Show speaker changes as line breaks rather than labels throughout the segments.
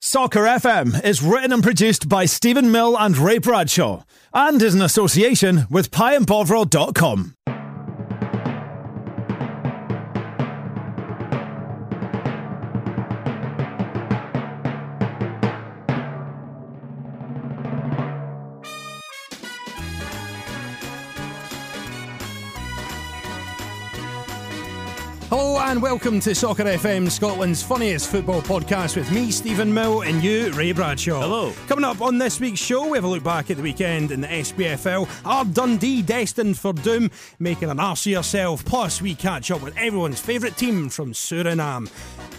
Soccer FM is written and produced by Stephen Mill and Ray Bradshaw and is an association with pieandbovril.com.
Hello and welcome to Soccer FM, Scotland's funniest football podcast with me, Stephen Mill, and you, Ray Bradshaw.
Hello.
Coming up on this week's show, we have a look back at the weekend in the SPFL. Are Dundee destined for doom, making an arse of yourself? Plus, we catch up with everyone's favourite team from Suriname.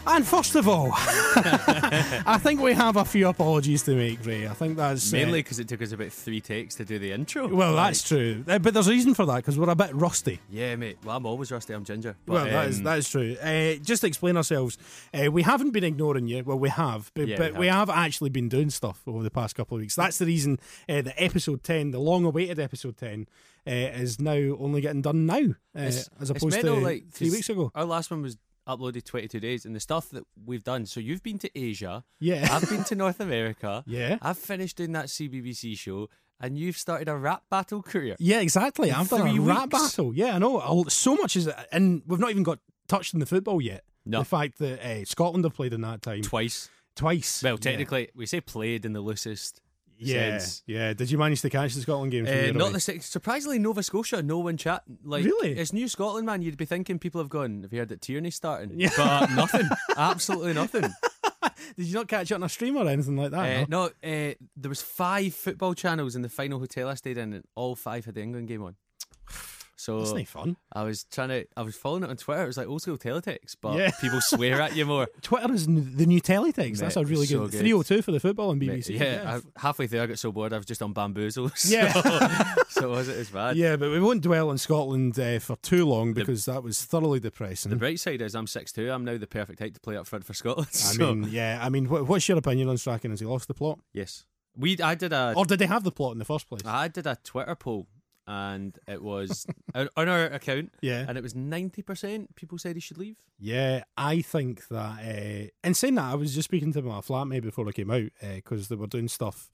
And first of all, I think we have a few apologies to make, Ray. I think that's uh,
Mainly because it took us about three takes to do the intro.
well, that's true, Uh, but there's a reason for that because we're a bit rusty.
Yeah, mate. Well, I'm always rusty. I'm ginger. But,
Well, that is
um,
that is true. Uh, just to explain ourselves, uh, we haven't been ignoring you. Well, we have, but,
Yeah,
but
we
we, have. actually been doing stuff over the past couple of weeks. That's the reason uh, that episode ten, the long-awaited episode ten, uh, is now only getting done now, uh,
it's-
as
it's
opposed to
mental, like,
three
'cause
weeks ago.
Our last one was uploaded 22 days, and the stuff that we've done. So you've been to Asia.
Yeah.
I've been to North America.
Yeah.
I've finished doing that CBBC show, and you've started a rap battle career.
Yeah, exactly. I've done a
three
rap
weeks.
battle. Yeah, I know. I'll- so much is, and we've not even got touched on the football yet.
No.
The fact that uh, Scotland have played in that time
Twice.
twice.
Well,
Yeah.
technically, we say played in the loosest
yeah,
sense.
yeah. Did you manage to catch the Scotland game? From
Uh,
your
not
away?
the six. Surprisingly, Nova Scotia, no one chat. Like,
Really?
It's New Scotland, man. You'd be thinking people have gone. Have you heard that Tierney's starting? Yeah. But uh, nothing. absolutely nothing.
Did you not catch it on a stream or anything like that?
Uh, no, uh, there was five football channels in the final hotel I stayed in, and all five had the England game on.
That's
So
not fun.
I was trying to, I was following it on Twitter. It was like old school teletext, but
Yeah.
people swear at you more.
Twitter is n- the new teletext. That's
Mate,
a really
so
good,
good.
302 for the football on
Mate,
BBC.
yeah, I, halfway through I got so bored I was just on bamboozles.
Yeah.
so, so it wasn't as bad.
Yeah, but we won't dwell on Scotland uh, for too long because that was thoroughly depressing.
The bright side is I'm 6'2", I'm now the perfect height to play up front for Scotland.
I
so-
mean, yeah, I mean, wh- what's your opinion on Strachan? Has he lost the plot?
yes, we I Ah. did a
Or did they have the plot in the first place?
I did a Twitter poll and it was on on our account.
Yeah.
and it was ninety percent people said he should leave.
Yeah, I think that. Uh, and saying that, I was just speaking to my flatmate before I came out because they were doing stuff.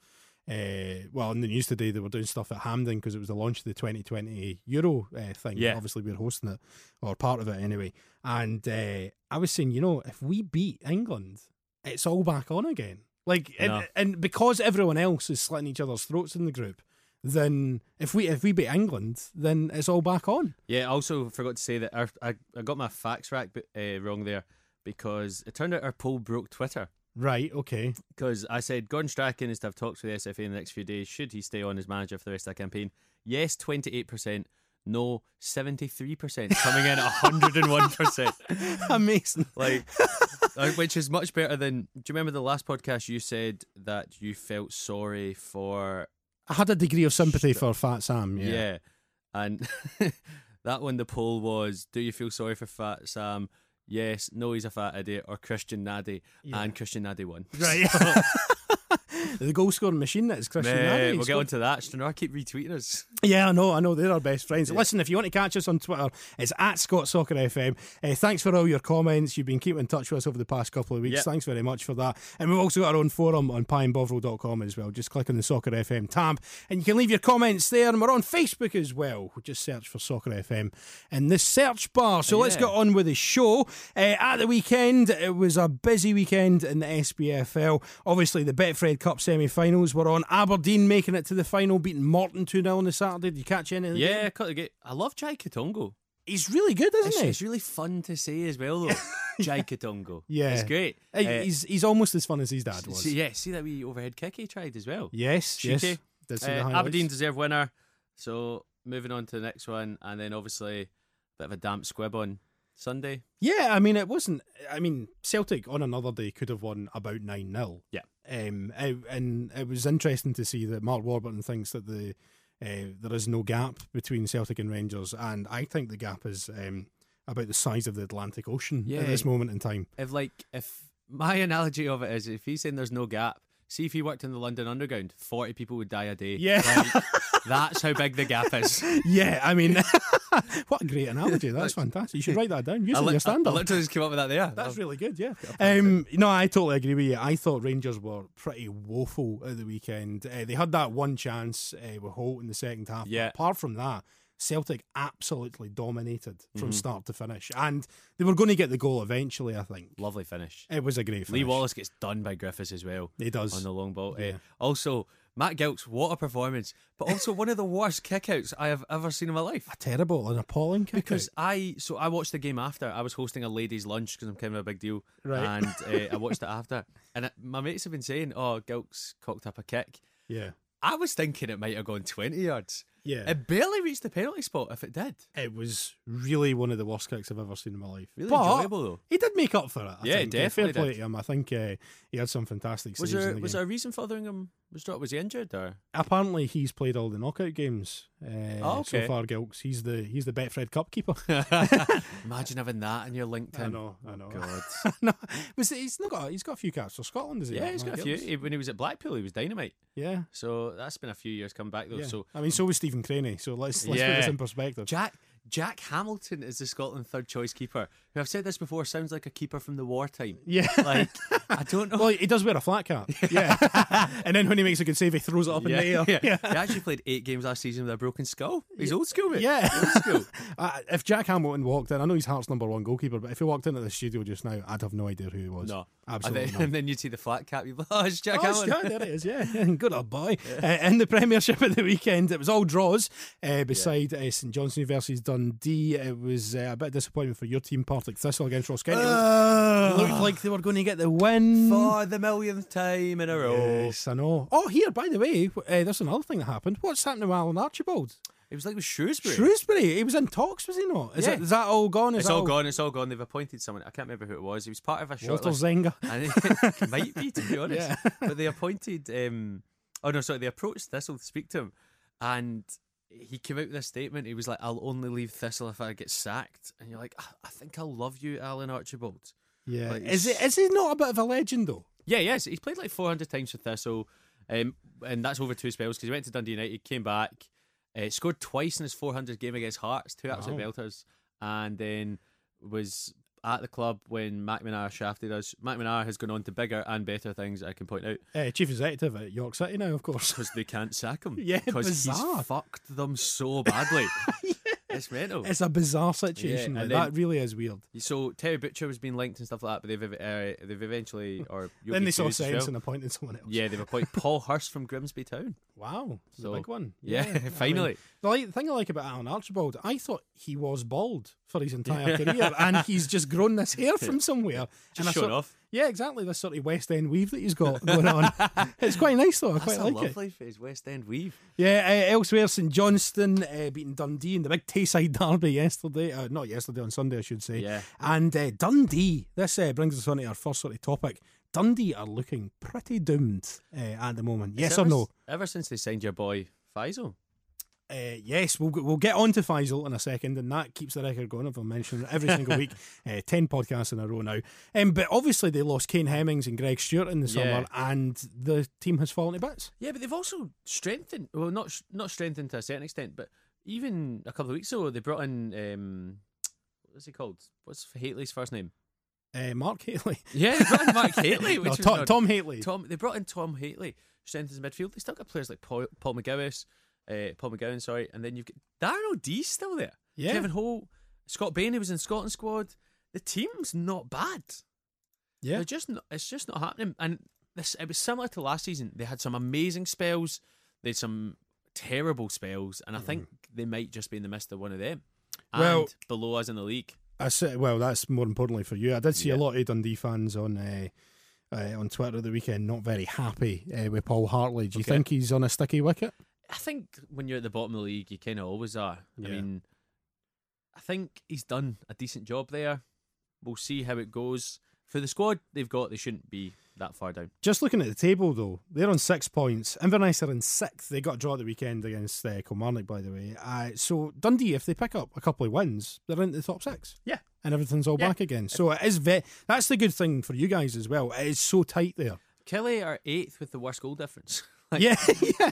Uh, well, in the news today, they were doing stuff at Hamden because it was the launch of the 2020 Euro uh, thing.
Yeah.
Obviously, we were hosting it, or part of it anyway. And uh, I was saying, you know, if we beat England, it's all back on again. Like, and,
No.
and because everyone else is slitting each other's throats in the group, then if we if we beat England, then it's all back on.
Yeah, I also forgot to say that our, I, I got my facts right, but, uh, wrong there because it turned out our poll broke Twitter.
Right? Okay.
Because I said Gordon Strachan is to have talks with the SFA in the next few days. Should he stay on as manager for the rest of the campaign? Yes, 28%. No, 73%. Coming in at 101%.
Amazing.
like, uh, which is much better than. Do you remember the last podcast you said that you felt sorry for
I had a degree of sympathy for Fat Sam. Yeah.
Yeah. And that one, the poll was Do you feel sorry for Fat Sam? Yes, no, he's a fat idiot, or Christian Nadi. And Christian Nadi won.
Right. the goal scoring machine that is Christian
Mate,
Nani.
we'll
He's
get
got-
on to that. Stranraer keep retweeting us.
Yeah, I know, I know. They're our best friends. Listen, if you want to catch us on Twitter, it's at Scott Soccer FM. Uh, thanks for all your comments. You've been keeping in touch with us over the past couple of weeks.
Yep.
Thanks very much for that. And we've also got our own forum on pieandbovril.com as well. Just click on the Soccer FM tab and you can leave your comments there. And we're on Facebook as well. Just search for Soccer FM in the search bar. So let's
Oh, Yeah.
get on with the show. Uh, at the weekend, it was a busy weekend in the SBFL. Obviously, the Betfred Cup semi finals were on. Aberdeen making it to the final, beating Morton 2 0 on the Saturday. Did you catch any of the game?
Yeah, cut the gate. I love Jai Katongo.
He's really good, isn't
It's,
he?
it's really fun to say as well, though. Jai Katongo.
Yeah.
It's great.
Uh,
Uh,
he's, he's almost as fun as his dad was.
see, yeah, see that wee overhead kick he tried as well.
Yes, yes.
Shite.
Did see the
Uh,
highlights.
Aberdeen deserve winner. So moving on to the next one, and then obviously a bit of a damp squib on Sunday.
Yeah, I mean, it wasn't. I mean, Celtic on another day could have won about 9 0.
Yeah.
Um, I- and it was interesting to see that Mark Warburton thinks that the uh, there is no gap between Celtic and Rangers, and I think the gap is um, about the size of the Atlantic Ocean
Yeah.
at this moment in time.
if like if my analogy of it is if he's saying there's no gap See if he worked in the London Underground, 40 people would die a day.
Yeah.
Like, that's how big the gap is.
Yeah, I mean, what a great analogy. That's fantastic. You should write that down. You
I,
should
li-
your stand
I
up.
literally just came up with that there.
That's really good, yeah. Um, no, I totally agree with you. I thought Rangers were pretty woeful at the weekend. Uh, they had that one chance uh, with Holt in the second half. but
Yeah.
Apart from that, Celtic absolutely dominated
Mm-hmm.
from start to finish. And they were going to get the goal eventually, I think.
Lovely finish.
It was a great finish.
Lee Wallace gets done by Griffiths as well.
He does.
on the long ball. Eh,
Yeah.
also, Matt Gilks, what a performance! But also one of the worst kickouts I have ever seen in my life.
Terrible, an appalling kick.
Because I, so I watched the game after. I was hosting a ladies' lunch because I'm kind of a big deal,
Right.
and uh, I watched it after. And it- my mates have been saying, "Oh, Gilks cocked up a kick."
Yeah.
I was thinking it might have gone 20 yards.
Yeah.
It barely reached the penalty spot. If it did,
It was really one of the worst kicks I've ever seen in my life.
Really
But
enjoyable, though.
He did make up for it. I
Yeah,
think. uh,
definitely
Fair play
did.
to him. I think uh, he had some fantastic
was
saves in
there
the
was
game.
there a reason Fotheringham was dropped? Was he injured or?
Apparently, he's played all the knockout games uh,
Oh, okay.
so far. Gilks, he's the he's the Betfred Cup keeper.
Imagine having that in your LinkedIn.
I know, I know.
God.
no, was it- he's not got he's got a few caps for Scotland, is he?
Yeah, he's got a
Matt
few.
Gilks?
He- When he was at Blackpool, he was dynamite.
Yeah,
So that's been a few years coming back though.
yeah.
So
I mean, so was Stephen Craney. So let's let's put this
Yeah.
in perspective.
Jack Jack Hamilton is the Scotland third choice keeper. Who I've said this before sounds like a keeper from the wartime.
yeah.
Like I don't know.
well, he does wear a flat cap. Yeah. and then when he makes a good save, he throws it up in the air.
yeah. He actually played eight games last season with a broken skull. He's old school, mate.
Yeah.
Old school.
Uh, if Jack Hamilton walked in, I know he's Hearts' number one goalkeeper, but if he walked into the studio just now, I'd have no idea who he was.
No.
absolutely.
And
not.
then, and then you'd see the flat cap. You'd be like, oh, it's Jack
Oh,
Hamilton.
sure, there it is. Yeah, good old boy. Uh, in the Premiership at the weekend, it was all draws. Uh, beside uh, St Johnstone versus Dundee, it was uh, a bit of disappointment for your team, Partick Thistle against Ross County.
Uh.
It looked like they were going to get the win.
For the millionth time in a row.
Yes, I know. Oh, here, by the way, uh, there's another thing that happened. What's happening with Alan Archibald?
It was like with Shrewsbury.
Shrewsbury, he was in talks, was he not? Is,
Yeah.
it, is that all gone? Is
it's
that
all gone. It's all gone. They've appointed someone. I can't remember who it was. He was part of a
Walter
shortlist.
Zenga.
And it might be, to be honest. But they appointed, um, oh no, sorry, they approached Thistle to speak to him. And he came out with a statement. He was like, I'll only leave Thistle if I get sacked. And you're like, I, I think I'll love you, Alan Archibald.
Yeah.
Like,
is, it, is he not a bit of a legend, though?
Yeah, yes. He's played like 400 times for Thistle. Um, and that's over two spells because he went to Dundee United, came back, uh, scored twice in his 400 game against Hearts, two absolute belters. And then was at the club when McManara shafted us. McManara has gone on to bigger and better things, I can point out.
Uh, chief executive at York City now, of course.
because they can't sack him.
Yeah,
because
bizarre.
he's fucked them so badly. It's mental.
It's a bizarre situation.
Yeah,
like
and then-
that really is weird.
so Terry Butcher was being linked and stuff like that, but they've uh, they've eventually or you'll
then
be
they saw
curious as
science
well.
and appointed someone else.
yeah, they've appointed Paul Hurst from Grimsby Town.
Wow. it's a
So-
big one.
Yeah,
I mean,
finally.
the like- thing I like about Alan Archibald, I thought he was bald for his entire career, and he's just grown this hair from somewhere. and I
showing
sort-
off.
Yeah, exactly. This sort of West End weave that he's got going on. it's quite nice, though. I
That's
quite
a
like it.
lovely phase, West End weave.
Yeah, uh, elsewhere, St Johnston uh, beating Dundee in the big Tayside derby yesterday. Uh, not yesterday, on Sunday, I should say.
Yeah.
And uh, Dundee, this uh, brings us on to our first sort of topic. Dundee are looking pretty doomed uh, at the moment. Yes or
Ever-
no?
Ever since they signed your boy Faisal,
Uh, yes, we'll, g- we'll get on to Faisal in a second, and that keeps the record going. I've mentioned it every single week, uh, 10 podcasts in a row now. Um, but obviously, they lost Kane Hemmings and Greg Stewart in the summer, and the team has fallen to bits.
yeah, but they've also strengthened. Well, not sh- not strengthened to a certain extent, but even a couple of weeks ago, they brought in um, what's he called? What's Haley's first name?
Uh, Mark Haley.
Yeah, they brought in Mark Haley, which
No,
was
Tom,
odd.
Tom Haley.
Tom, they brought in Tom Haley, strengthens midfield. They still got players like Paul, Paul McGuinness, uh, Paul McGowan, sorry, and then you've got Darren O'Dee's still there.
Yeah.
Kevin Holt, Scott Bain, who was in Scotland squad. The team's not bad.
Yeah.
They're just not, it's just not happening. And this it was similar to last season. They had some amazing spells. They had some terrible spells, and I think they might just be in the midst of one of them. And
Mm. Well-
below us in the league.
I said, well, that's more importantly for you. I did see a lot of Dundee fans on uh, uh, on Twitter the weekend not very happy uh, with Paul Hartley. Do you
Okay.
think he's on a sticky wicket?
I think when you're at the bottom of the league, you kind of always are.
Yeah.
I mean, I think he's done a decent job there. We'll see how it goes. For the squad they've got, they shouldn't be that far down.
Just looking at the table, though, they're on six points. Inverness are in sixth. They got a draw at the weekend against uh, Kilmarnock, by the way. Uh, so Dundee, if they pick up a couple of wins, they're into the top six.
Yeah.
And everything's all
Yeah.
back again. So it is ve- that's the good thing for you guys as well. It is so tight there.
Kelly are eighth with the worst goal difference. Like,
Yeah, yeah,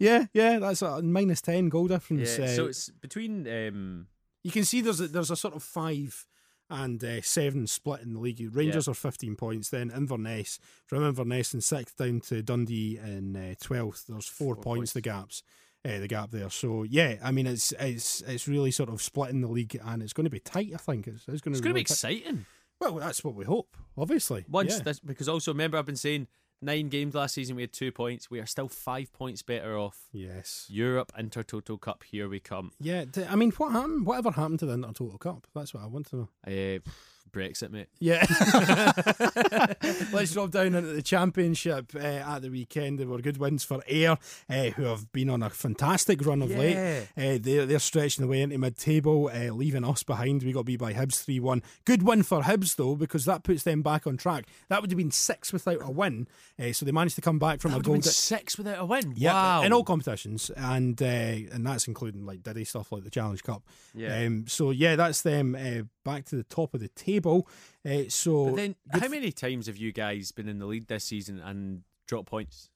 yeah, yeah. That's a minus ten goal difference.
yeah,
uh,
so it's between um,
you can see there's a, there's a sort of five and uh, seven split in the league. Rangers are 15 points, then Inverness from Inverness in sixth down to Dundee in uh, 12th. There's four, points, the gaps. Uh, the gap there, so yeah, I mean it's it's it's really sort of splitting the league, and it's going to be tight. I think it's it's going to be,
it's going to be
really tight.
exciting.
well. That's what we hope, obviously.
Once
yeah.
this, because also remember I've been saying nine games last season we had two points. We are still five points better off.
yes,
Europe Intertoto Cup, here we come.
yeah. d- I mean, what happened? Whatever happened to the Intertotal Cup? That's what I want to know.
Uh, Brexit, mate.
Yeah. Let's drop down into the championship uh, at the weekend. There were good wins for Ayr, uh, who have been on a fantastic run of late. Uh, they're, they're stretching away into mid table, uh, leaving us behind. We got beat by Hibs 3 1. Good win for Hibs, though, because that puts them back on track. That would have been six without a win. Uh, so they managed to come back from a
Would have
goal.
been
di-
six without a win.
yeah,
wow.
in all competitions, and uh, and that's including like diddy stuff like the Challenge Cup.
Yeah.
Um, so yeah, that's them uh, back to the top of the table. Uh, so
But then, how many times have you guys been in the lead this season and dropped points?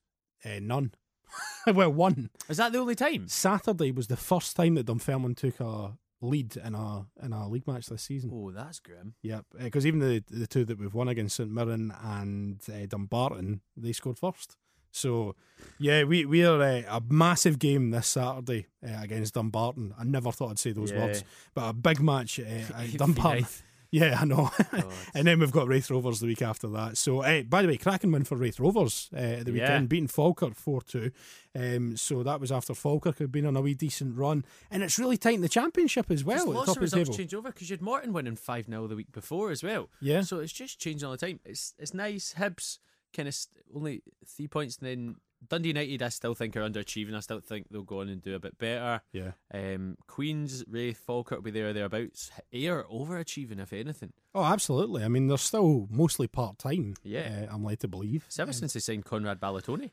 Uh, none. well, one.
Is that the only time?
Saturday was the first time that Dunfermline took a lead in a in a league match this season.
Oh, that's grim.
Yep, because even the the two that we've won against St Mirren and uh, Dumbarton, they scored first. So, yeah, we we are uh, a massive game this Saturday uh, against Dumbarton. I never thought I'd say those
Yeah.
words, but a big match uh, at
Eighth,
Dumbarton.
ninth.
Yeah, I know. and then we've got Wraith Rovers the week after that. So, eh, by the way, cracking win for Wraith Rovers uh, at the
Yeah.
weekend, beating Falkirk 4 2. Um, so that was after Falkirk had been on a wee decent run. And it's really tight in the championship as well.
There's
at the
lots
top
of
of the
results
table.
change over because you had Morton winning 5 0 the week before as well.
Yeah.
So it's just changing all the time. It's it's nice. Hibs kind of st- only three points, and then Dundee United, I still think, are underachieving. I still think they'll go on and do a bit better.
Yeah.
Um, Queens, Wraith, Falkirk will be there or thereabouts. Air overachieving, if anything.
Oh, absolutely. I mean, they're still mostly part time.
Yeah.
uh, I'm led to believe.
It's ever since they signed Conrad Balotoni.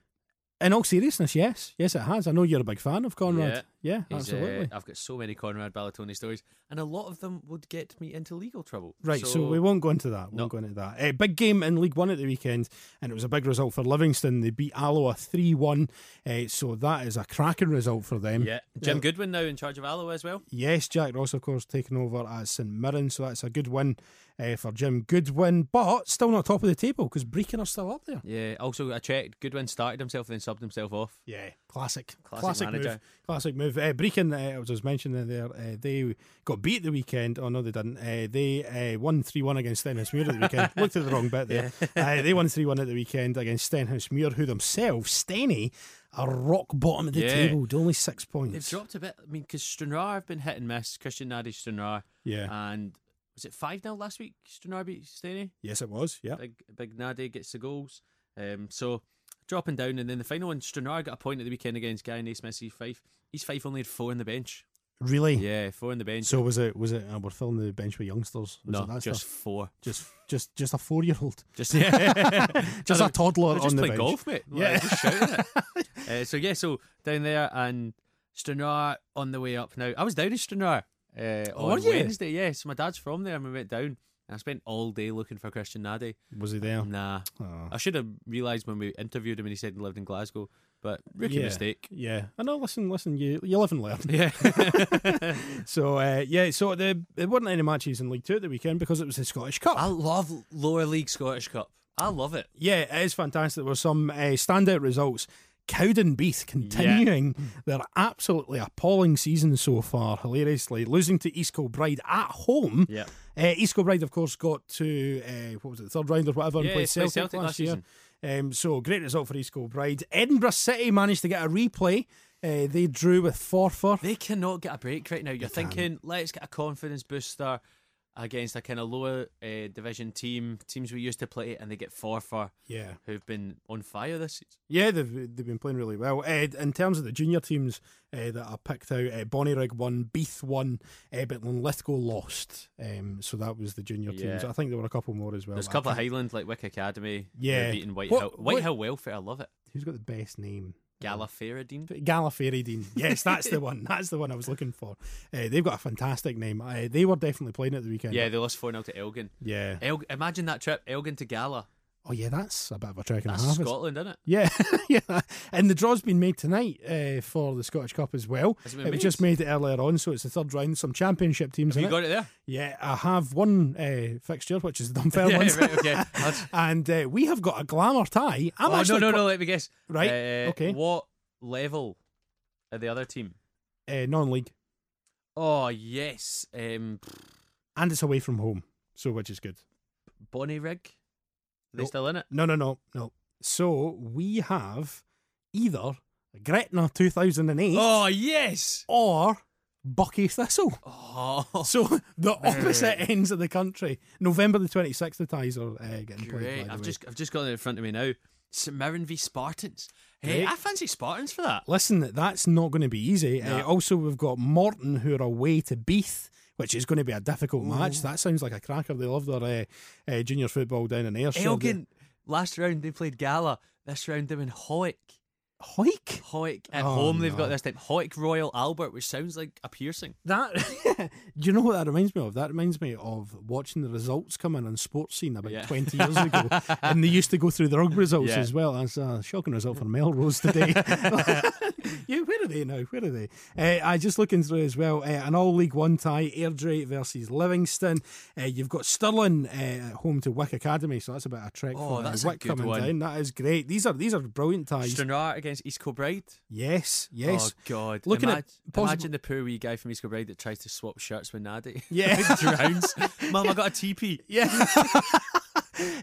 In all seriousness, yes, yes, it has. I know you're a big fan of Conrad. Yeah,
He's, uh,
absolutely.
I've got so many Conrad Balotoni stories, and a lot of them would get me into legal trouble.
Right, so, we won't go into that. We
No.
won't go into that. Uh, big game in League One at the weekend, and it was a big result for Livingston. They beat Alloa 3 1, uh, so that is a cracking result for them.
Yeah, Jim Goodwin now in charge of Alloa as well.
Yes, Jack Ross, of course, taking over as St Mirren, so that's a good win uh, for Jim Goodwin, but still not top of the table because Brecon are still up there.
Yeah. Also, I checked. Goodwin started himself, then subbed himself off.
Yeah, classic,
Classic
move,
manager.
classic move. Uh, Brecon, uh, as I was mentioning there, uh, they got beat the weekend. Oh no, they didn't. Uh, they uh, won three one against Stenhousemuir at the weekend. Looked at the wrong bit there. uh, they won three one at the weekend against Stenhousemuir, who themselves, Steny, are rock bottom of the
Yeah.
table, with only six points.
They've dropped a bit. I mean, because Stranraer have been hit and miss. Christian Nadi Stranraer.
Yeah.
And was it 5 0 last week? Stranraer beat Stenny.
yes, it was. Yeah,
Big, big Nadi gets the goals. Um, so dropping down. And then the final one, Stranraer got a point at the weekend against Guy Naismith. He's five. He's five only had four on the bench.
really.
Yeah, four on the bench.
So was it? Was it? Uh, we're filling the bench with youngsters. Was
no,
it that
just
stuff?
four.
just just just a four year old,
Just yeah.
just a toddler on
They're just
the bench.
playing golf, mate. yeah,
Yeah.
just shouting it. Uh, so yeah, so down there and Stranraer on the way up now. I was down in Stranraer uh,
Oh,
on
were you?
Wednesday. Yeah, so my dad's from there, and we went down. And I spent all day looking for Christian Nadi.
Was he there?
Nah,
Oh.
I should have realised when we interviewed him and he said he lived in Glasgow, but rookie
yeah.
mistake.
Yeah, I know. Listen, listen. You you live and learn.
Yeah,
So uh, yeah, so the, there weren't any matches in League Two at the weekend because it was the Scottish Cup.
I love lower league Scottish Cup. I love it.
yeah, it is fantastic. There were some uh, standout results. Cowdenbeath continuing their absolutely appalling season so far, hilariously losing to East Kilbride at home.
Yeah.
Uh, East Kilbride, of course, got to uh, what was it, the third round or whatever, and
Yeah,
played
it's played
Celtic,
Celtic
last,
last
year.
season.
Um, so great result for East Kilbride. Edinburgh City managed to get a replay. Uh, they drew with Forfar.
They cannot get a break right now. You're thinking, let's get a confidence booster against a kind of lower uh, division team, teams we used to play, and they get four for
Yeah.
who've been on fire this season.
Yeah, they've they've been playing really well. Uh, in terms of the junior teams uh, that I picked out, uh, Bonnyrigg won, Beath won, uh, but Linlithgow lost. Um, so that was the junior teams.
Yeah.
I think there were a couple more as well.
There's a
but I
couple of
can't-
Highland like Wick Academy.
Yeah.
they're beating White
What-
Hill.
what-
White Hill Welfare. I love it.
Who's got the best name?
Galaferidine.
Gallifrey Dean. Yes, that's the one. That's the one I was looking for. Uh, they've got a fantastic name. Uh, they were definitely playing at the weekend.
Yeah, they lost four 0 to Elgin.
Yeah.
El- imagine that trip, Elgin to Gala.
Oh yeah, that's a bit of a trek and a
That's
half. isn't it?
Scotland, isn't it?
Yeah, yeah. And the draw's been made tonight uh, for the Scottish Cup as well.
Has it
It,
been
was
made?
just made it earlier on, so it's the third round. Some championship teams in
You
it.
got it there.
Yeah, I have one uh, fixture, which is the Dunfermline.
yeah, right, okay. That's-
And uh, we have got a glamour tie. I'm
oh, no,
actually
no,
qu-
no. Let me guess.
Right,
Uh,
okay.
What level are the other team?
Uh, non-league,
Oh yes, um,
and it's away from home, so which is good.
Bonnie Rig. Are they
Nope.
still in it?
No, no, no, no. So we have either Gretna 2008
Oh yes.
or Bucky Thistle.
Oh,
So the opposite ends of the country. November the 26th, the ties are uh, getting played.
great!
By the
I've
way.
just I've just got it in front of me now. St Mirren v Spartans. Hey,
Great.
I fancy Spartans for that.
Listen, that's not going to be easy. Uh,
No.
also, we've got Morton, who are away to Beath, which is going to be a difficult match. That sounds like a cracker. They love their uh, uh, junior football down in Ayrshire.
Elgin. Last round they played Gala. This round they're in Hoick.
Hoik?
Hoick at
Oh,
home. They've
no.
got this time Hoick Royal Albert, which sounds like a piercing.
That, do you know what that reminds me of? That reminds me of watching the results come in on Sports Scene about
Yeah.
20 years ago. and they used to go through the rugby results
Yeah.
as well. That's a shocking result for Melrose today. yeah, where are they now? Where are they? Uh, I just looking through as well. Uh, an All League One tie, Airdrie versus Livingston. Uh, you've got Stirling uh, at home to Wick Academy, so that's about a trek
Oh,
for
that's a
Wick
good
coming
one.
down. That is great. These are these are brilliant ties.
Stranraer against East Kilbride.
yes, yes.
Oh God!
Looking
Imag-
at possible-
imagine the poor wee guy from East Kilbride that tries to swap shirts with Naddy.
Yeah.
drowns. Mum, I got a TP.
Yeah.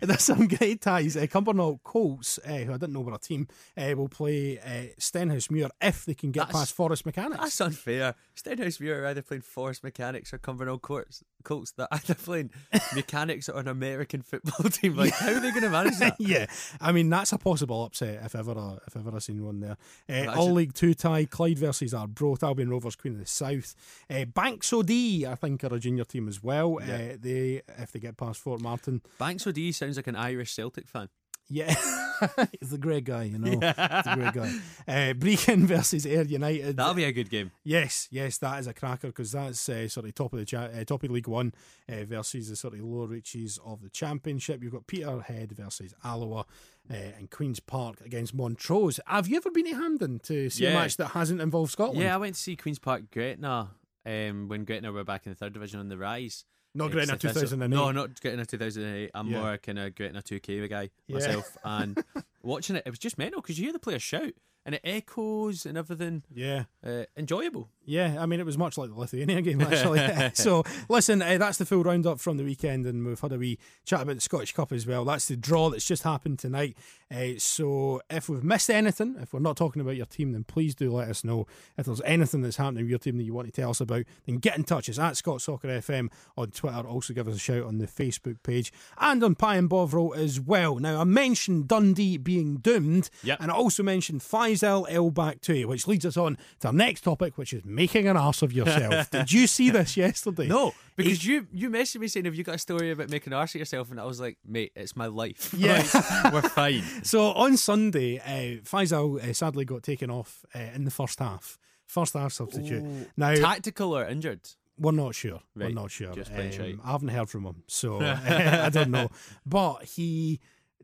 There's some great ties. Uh, Cumbernauld Colts, uh, who I didn't know were a team, uh, will play uh, Stenhousemuir if they can get
That's-
past Forest Mechanics.
That's unfair. Stenhouse Muir are either playing Forest Mechanics or Cumbernauld Colts. Colts. They're either playing Mechanics or an American football team. Like, how are they going to manage that?
yeah, I mean that's a possible upset if ever I, if ever I seen one there. Uh,
Imagine.
All League Two tie, Clyde versus Arbroath, Albion Rovers, Queen of the South, uh, Banks OD I think are a junior team as well. Uh, they if they get past Fort Martin,
Banks O'D sounds like an Irish Celtic fan.
Yeah, he's a great guy, you know. He's a great guy. Uh, Brecon versus Air United.
That'll be a good game.
Yes, yes, that is a cracker because that's uh, sort of top of the cha- uh, top of League One uh, versus the sort of lower reaches of the Championship. You've got Peterhead versus Alloa uh, and Queens Park against Montrose. Have you ever been to Hamden to see a
Yeah.
match that hasn't involved Scotland?
Yeah, I went to see Queens Park Gretna um, when Gretna were back in the third division on the rise.
not
It's
great in
the thistle-
2008.
No, not Gretna 2008. I'm
Yeah.
more kind of Gretna 2K guy
Yeah.
myself. And watching it, it was just mental because you hear the player shout and it echoes and everything.
Yeah.
Uh, enjoyable.
Yeah, I mean, it was much like the Lithuania game, actually. so, listen, uh, that's the full roundup from the weekend, and we've had a wee chat about the Scottish Cup as well. That's the draw that's just happened tonight. Uh, so, if we've missed anything, if we're not talking about your team, then please do let us know. If there's anything that's happening with your team that you want to tell us about, then get in touch. It's at Scott Soccer FM on Twitter. Also, give us a shout on the Facebook page and on Pie and Bovril as well. Now, I mentioned Dundee being doomed,
Yep.
and I also mentioned Faisal El Baktui, which leads us on to our next topic, which is making an arse of yourself. Did you see this yesterday?
No, because you you messaged me saying, "Have you got a story about making an arse of yourself?" And I was like, "Mate, it's my life.
Yeah.
Like, we're fine."
So on Sunday, uh, Faisal uh, sadly got taken off uh, in the first half. First half substitute. Now
Tactical or injured?
we're not sure. We're
Right.
not sure. Um,
Just plain shite.
I haven't heard from him, so I don't know. But he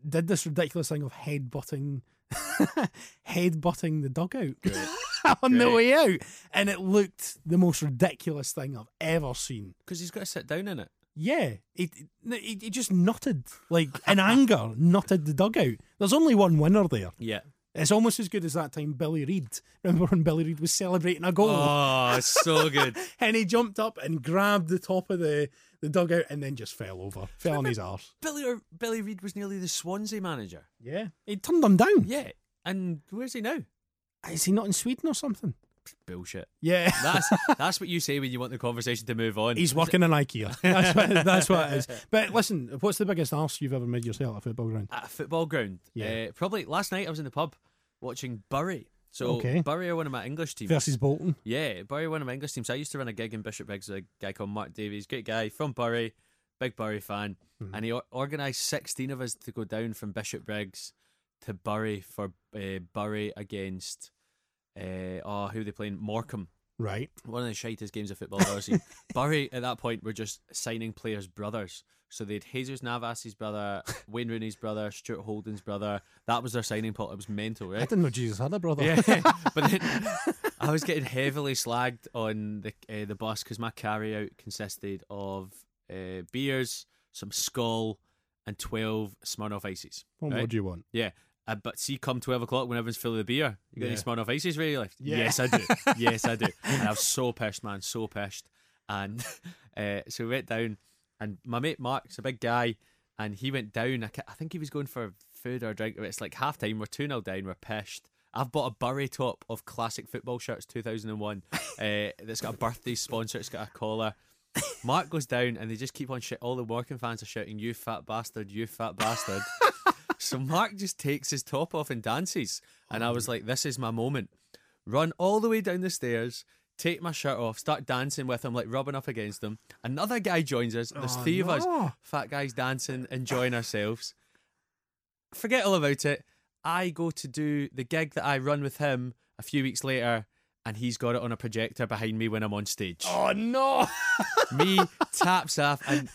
did this ridiculous thing of headbutting, headbutting the dugout on the
Great.
way out, and it looked the most ridiculous thing I've ever seen.
Because he's got to sit down in it.
Yeah, he, he, he just nutted like in anger, nutted the dugout. There's only one winner there.
Yeah.
It's almost as good as that time Billy Reid. Remember when Billy Reid was celebrating a goal?
Oh, so good.
and he jumped up and grabbed the top of the, the dugout and then just fell over, fell on his arse.
Billy Billy Reid was nearly the Swansea manager.
Yeah, he turned them down.
Yeah. And where's he now?
Is he not in Sweden or something?
Bullshit.
Yeah,
That's that's what you say when you want the conversation to move on.
he's working in IKEA. That's what, that's what it is. But listen, what's the biggest arse you've ever made yourself at a football ground?
at a football ground.
Yeah.
Uh, probably last night I was in the pub watching Bury. So
Okay.
Bury are one of my English teams.
Versus Bolton.
Yeah, Bury one of my English teams. I used to run a gig in Bishop Biggs with a guy called Mark Davies, great guy from Bury, big Bury fan, and he or- organised sixteen of us to go down from Bishop Briggs to eh, Bury for uh, Bury against uh, oh who are they playing Morecambe
Right.
one of the shittest games of football I've ever seen. Bury at that point were just signing players' brothers. So they had Jesus Navas's brother, Wayne Rooney's brother, Stuart Holden's brother. That was their signing pot. It was mental,
I
right?
didn't know Jesus had a brother.
Yeah, but then I was getting heavily slagged on the uh, the bus because my carry out consisted of uh, beers, some skull, and twelve Smirnoff ices.
What more
right?
do you want?
Yeah. Uh, but see, come 12 o'clock when everyone's full of the beer, you
Yeah.
got any Smirnoff Ices really left?
Yeah.
Yes, I do. yes, I do. And I was so pissed, man, so pissed. And uh, so we went down, and my mate Mark's a big guy, and he went down. I, ca- I think he was going for food or a drink. It's like half time, we're 2 0 down, we're pissed. I've bought a Bury top of classic football shirts 2001 uh, that's got a birthday sponsor, it's got a collar. Mark goes down, and they just keep on shit. All the working fans are shouting, You fat bastard, you fat bastard. So Mark just takes his top off and dances. And I was like, this is my moment. Run all the way down the stairs, take my shirt off, start dancing with him, like rubbing up against him. Another guy joins us. There's
Oh,
three of us,
no.
fat guys dancing, enjoying ourselves. Forget all about it. I go to do the gig that I run with him a few weeks later, and he's got it on a projector behind me when I'm on stage
Oh no!
me taps off and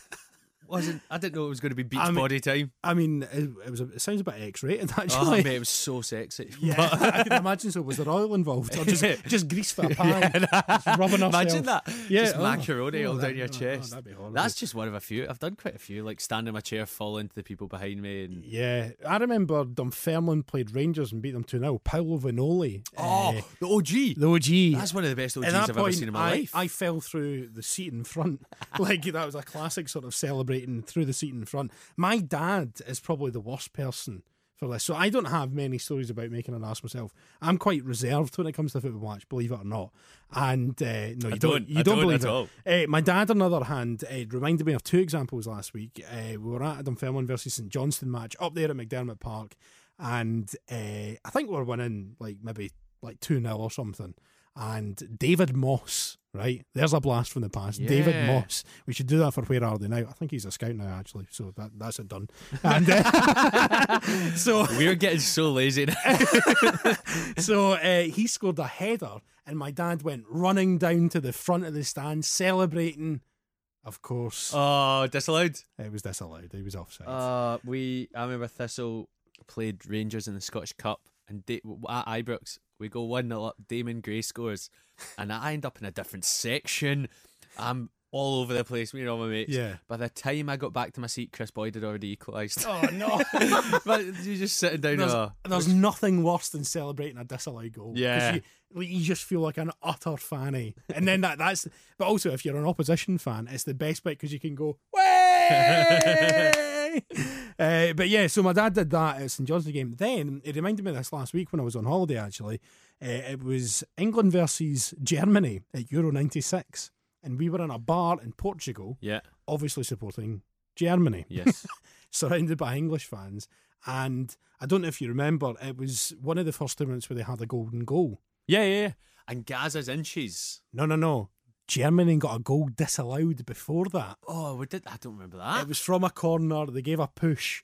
wasn't I didn't know it was going to be beach
I mean-
body time.
I mean, it, it was. A, it sounds a bit X-rated
Oh
actually.
mate, it was so sexy.
yeah, I can imagine. So was there oil involved, or just just grease for a pan, just rubbing off?
Imagine that.
Yeah,
just
oh.
macaroni
Oh,
all
that-
down your
oh, oh,
chest.
that'd be horrible.
That's just one of a few. I've done quite a few, like stand in my chair, fall into the people behind me, and
Yeah, I remember Dunfermline played Rangers and beat them 2 0. Paolo Vinoli.
oh,
eh,
the OG.
the OG.
That's one of the best OGs
At
I've
that
ever
point,
seen in my
I,
life.
I fell through the seat in front. like, that was a classic sort of celebrating through the seat in front. My dad is probably the worst person for this. So I don't have many stories about making an ass myself. I'm quite reserved when it comes to football match, believe it or not. And uh, no, you
don't.
You
I
don't,
don't
believe it.
at all.
Uh, my dad, on the other hand, uh, reminded me of two examples last week. Uh, we were at a Dunfermline versus St Johnston match up there at McDermott Park, and uh, I think we were winning like maybe like 2 0 or something. And David Moss, right? There's a blast from the past. David
Yeah.
Moss. We should do that for Where Are They Now? I think he's a scout now, actually. So that, that's it done. And, uh, so
We're getting so lazy. now.
so uh, he scored a header, and my dad went running down to the front of the stand celebrating. Of course,
oh, disallowed.
it was disallowed. It was offside.
Uh, we I remember Thistle played Rangers in the Scottish Cup and da- at Ibrox we go one 0 up. Damon Gray scores, and I end up in a different section. I'm all over the place. Me and all my mates.
Yeah.
By the time I got back to my seat, Chris Boyd had already equalised.
oh no!
but you're just sitting down.
there's,
oh,
there's nothing worse than celebrating a disallowed goal. 'cause
Yeah.
you, like, you just feel like an utter fanny, and then that that's. But also, if you're an opposition fan, it's the best bit because you can go way. Uh, but yeah, so my dad did that at St John's game. Then it reminded me of this last week when I was on holiday. Actually, uh, it was England versus Germany at Euro '96, and we were in a bar in Portugal,
yeah.
obviously supporting Germany
Yes.
surrounded by English fans. And I don't know if you remember, it was one of the first tournaments where they had a golden goal.
yeah, yeah, yeah. And Gaza's inches.
No, no, no. Germany got a goal disallowed before that.
Oh, we did. I don't remember that.
It was from a corner. They gave a push,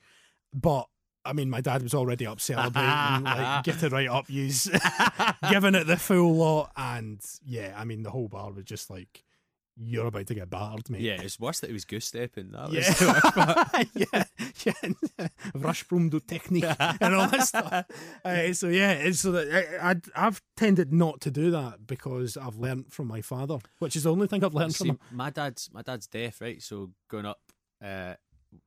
but I mean, my dad was already up celebrating, like get it right up, yous, giving it the full lot, and yeah, I mean, the whole bar was just like, you're about to get battered, mate.
yeah, it's worse that it was goose stepping. That was
Yeah. yeah, yeah, Rushbroom do technique and all that stuff. Uh, so yeah, it's so that I, I, I've tended not to do that because I've learnt from my father, which is the only thing I've learnt from
See,
him.
my dad's my dad's deaf, right? So growing up, uh,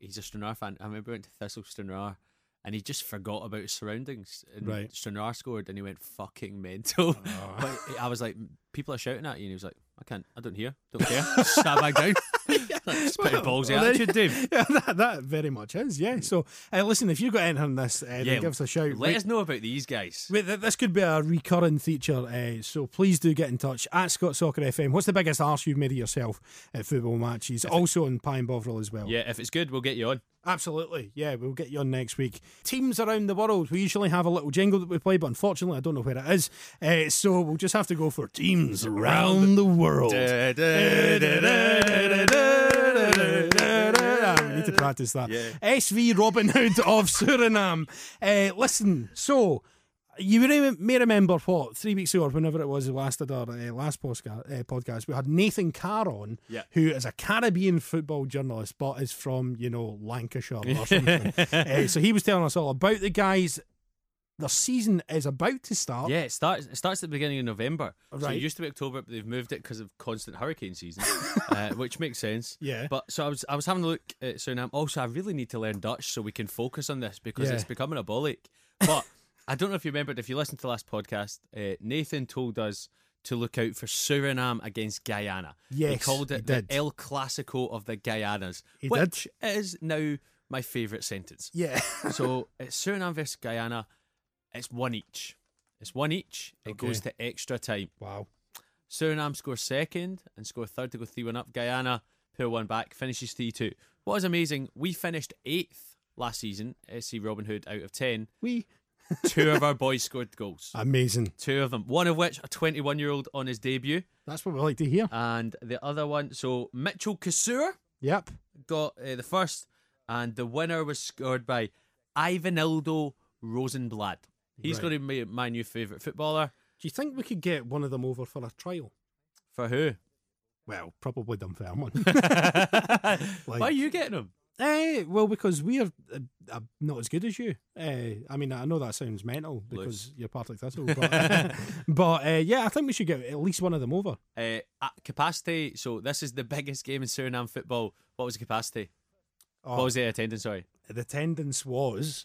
he's a Stranraer fan. I remember we went to Thistle Stranraer, and he just forgot about his surroundings. And
Right.
Stranraer scored, and he went fucking mental. but I was like, people are shouting at you, and he was like, I can't, I don't hear, don't care. Sat back down. Like, It's pretty ballsy
well, then-
attitude, Dave.
Yeah, that, that very much is, yeah. So, uh, listen, if you've got anything on this, uh, then
Yeah,
give us a shout.
Let
We-
us know about these guys.
we- th- this could be a recurring feature, uh, so please do get in touch at Scott Soccer FM. What's the biggest arse you've made of yourself at football matches? Also on Pine Bovril as well.
Yeah, if it's good, we'll get you on.
Absolutely. Yeah, we'll get you on next week. Teams around the world, we usually have a little jingle that we play, but unfortunately, I don't know where it is. Uh, so we'll just have to go for teams around the world. I need to practice that.
Yeah.
SV Robin Hood of Suriname. Uh, listen, so You re- may remember what three weeks ago, or whenever it was, the last did our uh, last posca- uh, podcast, we had Nathan Carr on,
Yeah.
who is a Caribbean football journalist, but is from you know Lancashire or something. Uh, so he was telling us all about the guys. Their season is about to start.
Yeah, it starts. It starts at the beginning of November. So
Right.
it used to be October, but they've moved it because of constant hurricane season, uh, which makes sense.
Yeah.
But so I was, I was having a look at Suriname. Also, I really need to learn Dutch so we can focus on this because
Yeah.
it's becoming a bollock. But I don't know if you remembered if you listened to the last podcast, uh, Nathan told us to look out for Suriname against Guyana. he
Yes,
called
he
it the
did.
El Clasico of the Guyanas,
He did.
which is now my favourite sentence.
Yeah.
So it's Suriname versus Guyana. It's one each. It's one each. It goes to extra time.
wow.
Suriname scores second and score third to go 3 1 up. Guyana, pull one back, finishes 3 2. What is amazing, we finished eighth last season, SC Robin Hood out of 10.
We
Two of our boys scored goals.
amazing.
Two of them. One of which, a 21 year old on his debut,
That's what we like to hear.
and the other one, so Mitchell Kasura
Yep.
got uh, the first, and the winner was scored by Ivanildo Rosenblad. He's
Right.
going to be my new favourite footballer.
Do you think we could get one of them over for a trial?
For who?
Well, probably Dunfermline.
Why are you getting him?
Eh, well, because we are uh, uh, not as good as you. Eh, I mean, I know that sounds mental because you're Partick Thistle, but, but uh, yeah, I think we should get at least one of them over.
Uh, at capacity. So this is the biggest game in Suriname football. What was the capacity?
Oh.
What was the attendance? Sorry,
The attendance was,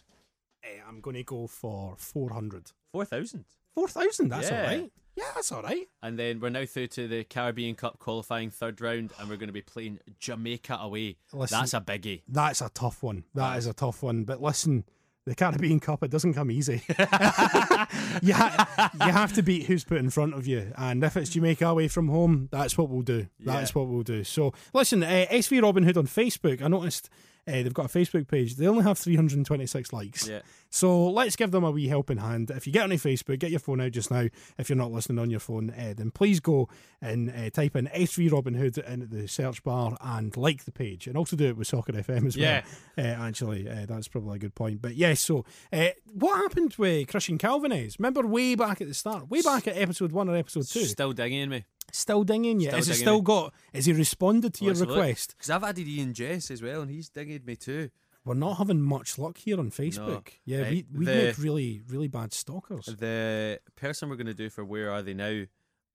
eh, I'm going to go for 400.
four thousand.
4,000, that's
Yeah.
all right. Yeah, that's all right.
And then we're now through to the Caribbean Cup qualifying third round, and we're going to be playing Jamaica away.
Listen-
That's a biggie.
That's a tough one. That is a tough one. But listen, the Caribbean Cup, it doesn't come easy. you, ha- you have to beat who's put in front of you. And if it's Jamaica away from home, that's what we'll do. That's
Yeah.
what we'll do. So listen, uh, SV Robin Hood on Facebook, I noticed uh, they've got a Facebook page. They only have 326 likes.
Yeah.
So let's give them a wee helping hand. If you get on their Facebook, get your phone out just now. If you're not listening on your phone, uh, then please go and uh, type in SV Robin Hood into the search bar and like the page. And also do it with Soccer FM as
Yeah.
well. Uh, actually, uh, that's probably a good point. But yes, so uh, what happened with Christian Calvinez? Remember way back at the start, way back at episode one or episode two,
Still dinging me.
still dinging you.
Still
Is he
dinging Oh,
still
me.
got? Is he responded to your request?
Because I've added Ian Jess as well, and he's dinged me too.
We're not having much luck here on Facebook. Yeah,
Uh,
we we
the-
make really really bad stalkers.
The person we're going to do for Where Are They Now,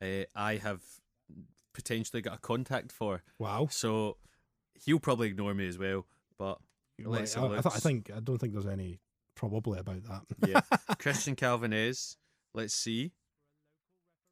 uh, I have potentially got a contact for.
Wow.
So he'll probably ignore me as well. But
Right,
let's
I,
have a
I
look.
th- I think I don't think there's any probably about that.
yeah. Christian Calvinez. Let's see.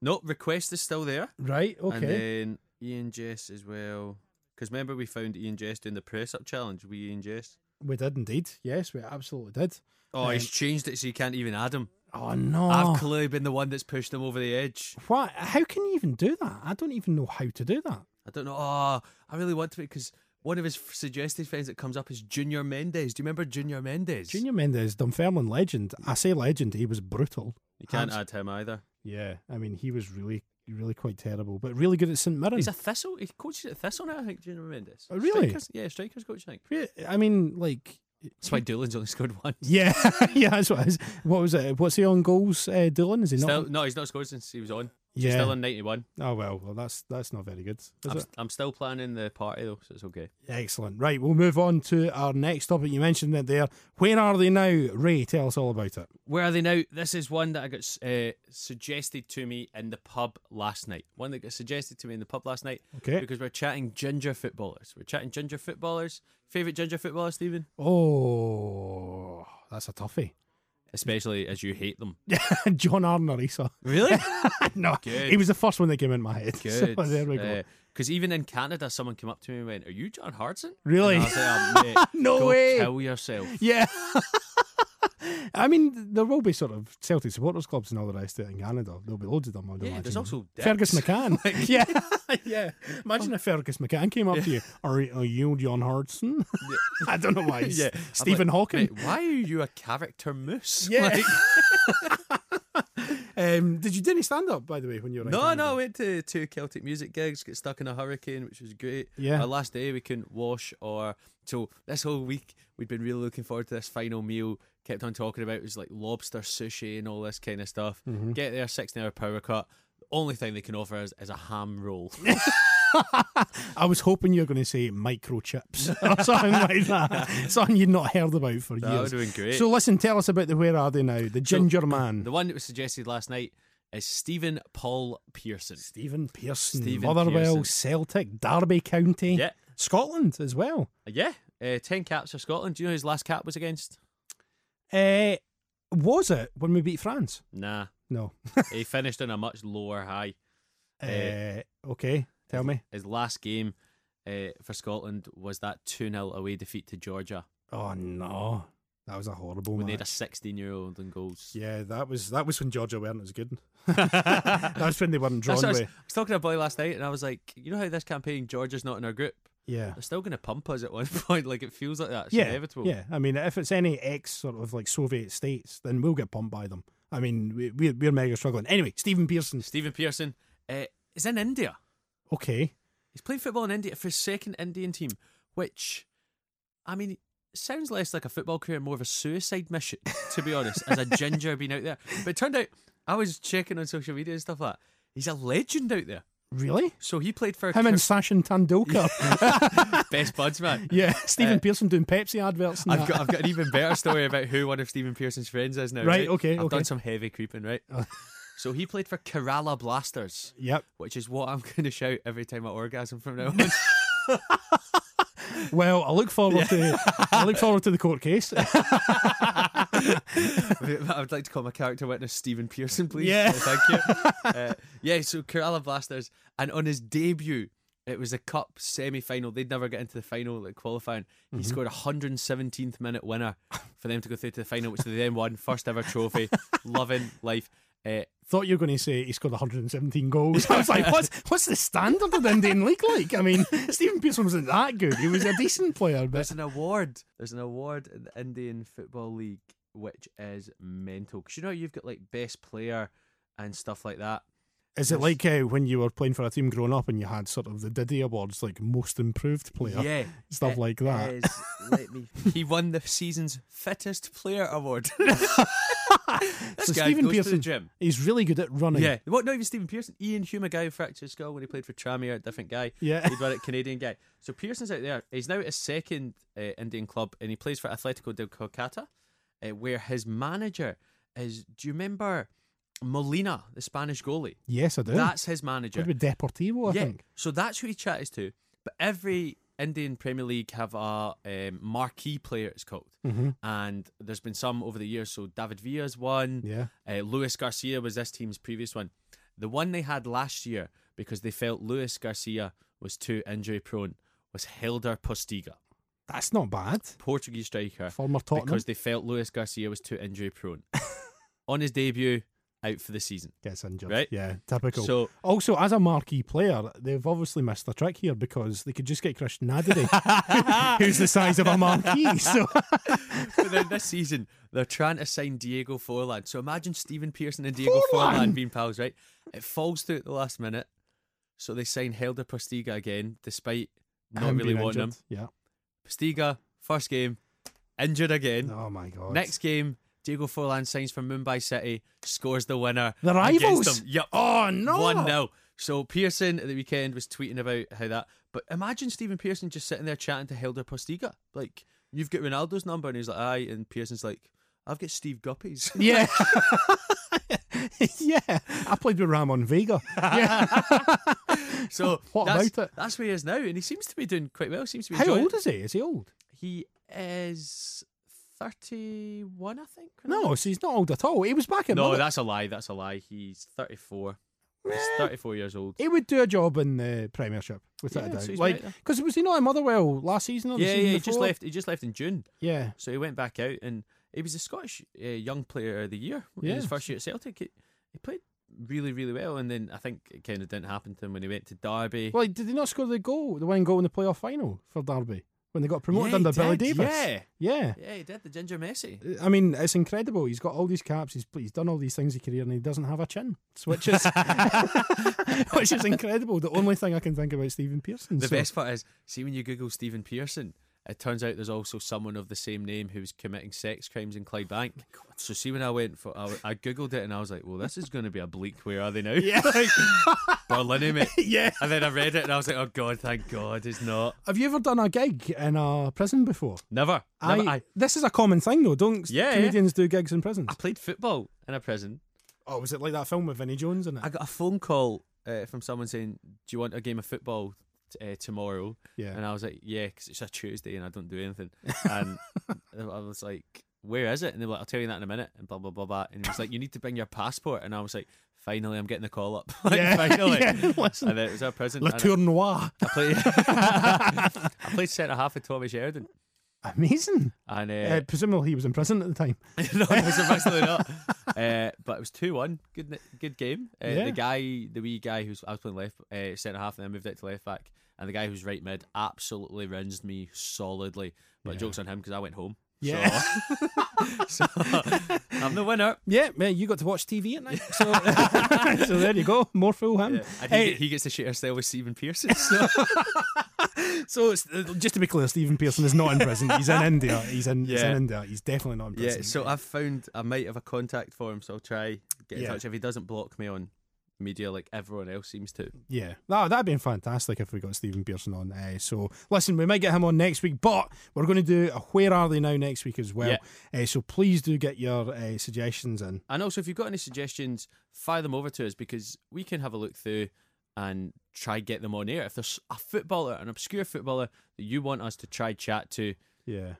No, request is still there.
Right?
And uh, then Ian Jess as well. Because remember, we found Ian Jess doing the press up challenge. We Ian Jess.
we did indeed. Yes, we absolutely did.
Oh,
Um,
he's changed it so you can't even add him.
Oh no!
I've clearly been the one that's pushed him over the edge.
what? How can you even do that? I don't even know how to do that.
I don't know. Oh, I really want to because one of his f- suggested friends that comes up is Junior Mendes. Do you remember Junior Mendes?
Junior Mendes, Dunfermline legend. I say legend. He was brutal.
you can't
Abs-
add him either.
Yeah, I mean he was really, really quite terrible, but really good at St Mirren.
He's a Thistle. He coaches at Thistle now, I think, Junior Mendes.
Oh, really?
Strikers? Yeah, strikers coach, I think.
Re- I mean, like.
That's why Doolin's only scored one.
Yeah, yeah, that's what it is. What was it? What's he on goals, uh, Dylan? Is he
Still,
not?
no, he's not scored since he was on.
Yeah.
Still on 91.
Oh well, well, that's that's not very good. is
I'm,
it?
I'm still planning the party though, so it's okay.
Excellent. Right, we'll move on to our next topic. You mentioned it there. Where are they now? Ray, tell us all about it.
Where are they now? This is one that I got uh, suggested to me in the pub last night. One that got suggested to me in the pub last night.
Okay.
Because we're chatting ginger footballers. We're chatting ginger footballers. Favorite ginger footballer, Stephen?
Oh, that's a toughie.
Especially as you hate them.
John Arnorisa.
Really?
no,
Good.
he was the first one that came in my head.
Good. Uh,
So there we go.
Because even in Canada, someone came up to me and went, "Are you John Hartson?"
Really?
And I was like, "Oh, mate,
No
go
way."
Kill yourself.
yeah. I mean, there will be sort of Celtic supporters clubs and all the rest of it in Canada. There'll be loads of them, I'd
Yeah,
imagine.
there's also dicks.
Fergus McCann. yeah, Oh. yeah. Imagine if Fergus McCann came up to you. Are, are you John Hartson? I don't know why.
Yeah,
yeah.
I'm
Stephen
like,
Hawking.
"Mate, why are you a character moose?
Yeah.
Like-
Um, did you do any stand up, by the way, when you were in
No,
Canada?
no, I went to two Celtic music gigs, got stuck in a hurricane, which was great.
Yeah.
Our last day, we couldn't wash or. So this whole week, we'd been really looking forward to this final meal kept on talking about was like lobster sushi and all this kind of stuff. Get there, 16 hour power cut. The only thing they can offer us is a ham roll.
I was hoping you were going to say microchips or something like that. Something you'd not heard about for
That
years.
would have been great.
So listen, tell us about the Where Are They Now? The Ginger Man.
the one that was suggested last night is Stephen Paul Pearson.
Stephen Pearson.
Stephen
Motherwell,
Pearson.
Celtic, Derby County.
Yeah.
Scotland as well.
Yeah. Uh, 10 caps for Scotland. Do you know who his last cap was against?
Uh, was it when we beat France?
Nah.
No.
he finished on a much lower high. Eh.
Uh, okay, tell me.
His last game uh, for Scotland was that 2 0 away defeat to Georgia
Oh no, that was a horrible
when they
match.
had a 16 year old in goals.
Yeah, that was that was when Georgia weren't as good. that was when they weren't drawn
That's what I, was,
with.
I was talking to a boy last night and I was like, you know how this campaign, Georgia's not in our group?
Yeah.
They're still going to pump us at one point. Like, it feels like that's
Yeah,
inevitable.
yeah. I mean, if it's any ex sort of like Soviet states, then we'll get pumped by them. I mean, we, we're, we're mega struggling. Anyway, Stephen Pearson.
Stephen Pearson uh, is in India.
Okay,
He's playing football in India for his second Indian team, which, I mean, sounds less like a football career, more of a suicide mission, to be honest, as a ginger being out there. But it turned out, I was checking on social media and stuff like that. He's a legend out there.
really?
So he played for
Him and Sachin Tandolkar.
Best Buds, man.
yeah, Stephen
Uh,
Pearson doing Pepsi adverts. And
I've
that.
got, I've got an even better story about who one of Stephen Pearson's friends is now.
Right,
Right,
okay,
I've
okay. Oh.
done some heavy creeping, right? so he played for Kerala Blasters,
Yep.
which is what I'm going to shout every time I orgasm from now on.
Well, I look forward to I look forward to the court case.
I would like to call my character witness Stephen Pearson, please.
Yeah.
Uh, thank you. Uh, yeah, so Kerala Blasters, and on his debut, it was a cup semi final. They'd never get into the final, like qualifying. He scored a 117th minute winner for them to go through to the final, which they then won. First ever trophy. Loving life. Uh,
Thought you were going to say he scored 117 goals. I was like, what's what's the standard of the Indian League like? I mean, Stephen Pearson wasn't that good. He was a decent player, but
There's an award. There's an award in the Indian Football League which is mental. Because you know you've got like best player and stuff like that.
Is it like uh, when you were playing for a team growing up and you had sort of the Diddy Awards, like most improved player?
Yeah,
Stuff
it
like that.
is- let me. He won the season's fittest player award. this
So
guy
Stephen
goes to
Pearson-
the gym.
He's really good at running.
Yeah, what? Not even Stephen Pearson. Ian Hume, a guy who fractured his skull when he played for Tramier, a different guy.
Yeah.
he'd run it Canadian guy. So Pearson's out there. He's now at his second uh, Indian club, and he plays for Atletico de Kolkata, uh, where his manager is. Do you remember Molina, the Spanish goalie?
Yes, I do.
That's his manager.
Played with Deportivo, I
yeah.
think.
So that's who he chats to. But every Indian Premier League have a um, marquee player. It's called,
Mm-hmm.
and there's been some over the years. So David Villa's one.
Yeah.
Uh, Luis Garcia was this team's previous one. The one they had last year because they felt Luis Garcia was too injury prone was Helder Postiga,
That's not bad.
Portuguese striker,
Former Tottenham.
because they felt Luis Garcia was too injury prone. On his debut, out for the season.
Gets injured.
Right?
Yeah, typical.
So-
also, as a marquee player, they've obviously missed the trick here because they could just get Christian Adedy, who's the size of a marquee. So
But then this season, they're trying to sign Diego Forlan. So imagine Stephen Pearson and Diego
Forlan!
Forlan, being pals, right? It falls through at the last minute. So they sign Helder Postiga again, despite not
Him
really
being
wanting him.
injured. Yeah.
Postiga, first game, injured again.
Oh my god.
Next game, Diego Forlan signs for Mumbai City, scores the winner.
The
against
rivals?
them. Yep.
Oh no.
1 0. So Pearson at the weekend was tweeting about how that. But imagine Stephen Pearson just sitting there chatting to Helder Postiga. Like, you've got Ronaldo's number, and he's like, aye. And Pearson's like, I've got Steve Guppy's.
Yeah. yeah. I played with Ramon Vega. Yeah.
So
What
that's,
about it?
That's where he is now. And he seems to be doing quite well. Seems to be
How
enjoying
old
it.
is he? Is he old?
He is 31, I think.
No, so he's not old at all. He was back in.
No,
Mother-
that's a lie. That's a lie. He's 34. He's 34 years old.
He would do a job in the Premiership without
Yeah,
a doubt.
so he's
like,
right there.
because was he not in Motherwell last season or the
Yeah, yeah.
season
He just
before?
left. He just left in June.
Yeah,
So he went back out and he was the Scottish uh, Young Player of the Year in his
Yeah.
first year at Celtic. He, he played really, really well, and then I think it kind of didn't happen to him when he went to Derby.
well, did he not score the goal, the one goal in the playoff final for Derby when they got promoted
Yeah, he
under Billy
did,
Davis?
yeah.
yeah.
yeah, he did the Ginger Messi.
I mean, it's incredible. He's got all these caps. He's he's done all these things in his career, and he doesn't have a chin, which is which is incredible. The only thing I can think about Stephen Pearson.
The
so-
best part is, see when you Google Stephen Pearson, It turns out there's also someone of the same name who was committing sex crimes in Clydebank.
Oh
so see, when I went for, I, I googled it and I was like, well, this is going to be a bleak. Where are they now? Yeah, Berlin, mate.
Yeah.
And then I read it and I was like, oh god, thank God, it's not.
Have you ever done a gig in a prison before?
Never. Never. I,
this is a common thing though. Don't
Yeah, yeah.
comedians do gigs in prisons?
I played football in a prison.
Oh, was it like that film with Vinnie Jones in it?
I got a phone call uh, from someone saying, "Do you want a game of football t- uh, tomorrow?"
yeah.
And I was like, "Yeah, 'cause it's a Tuesday and I don't do anything." And I was like, "Where is it?" And they were like, "I'll tell you that in a minute." And blah blah blah blah. And he was like, "You need to bring your passport." And I was like, "Finally, I'm getting the call up. like,
Yeah,
Finally."
yeah, listen.
And then it was our prison.
La
and
Tour Noire.
I played. I played centre half with Tommy Sheridan,
Amazing.
and
Uh,
uh,
presumably he was in prison at the time.
no, no, surprisingly not. Uh, but it was two one. Good, n- good game. Uh,
Yeah.
The guy, the wee guy who's I was playing left uh, centre half, and then moved out to left back. And the guy who's right mid absolutely rinsed me solidly. But jokes on him because I went home.
Yeah.
So, so I'm the winner.
Yeah, yeah, you got to watch TV at night. So, so there you go. More fool him.
And he,
Hey,
get- he gets to share style with Stephen Pearson. So.
so it's, uh, just to be clear, Stephen Pearson is not in prison. He's in India. He's in, he's in
Yeah.
India. He's definitely not in prison.
yeah. So I've found I might have a contact for him. So I'll try get in
Yeah.
touch if he doesn't block me on media like everyone else seems to.
Yeah, that, that'd been fantastic if we got Stephen Pearson on. Uh, so, listen, we might get him on next week, but we're going to do a Where Are They Now next week as well. Uh, so, please do get your uh, suggestions in.
And also, if you've got any suggestions, fire them over to us because we can have a look through and try get them on air. If there's a footballer, an obscure footballer that you want us to try chat to,
Yeah.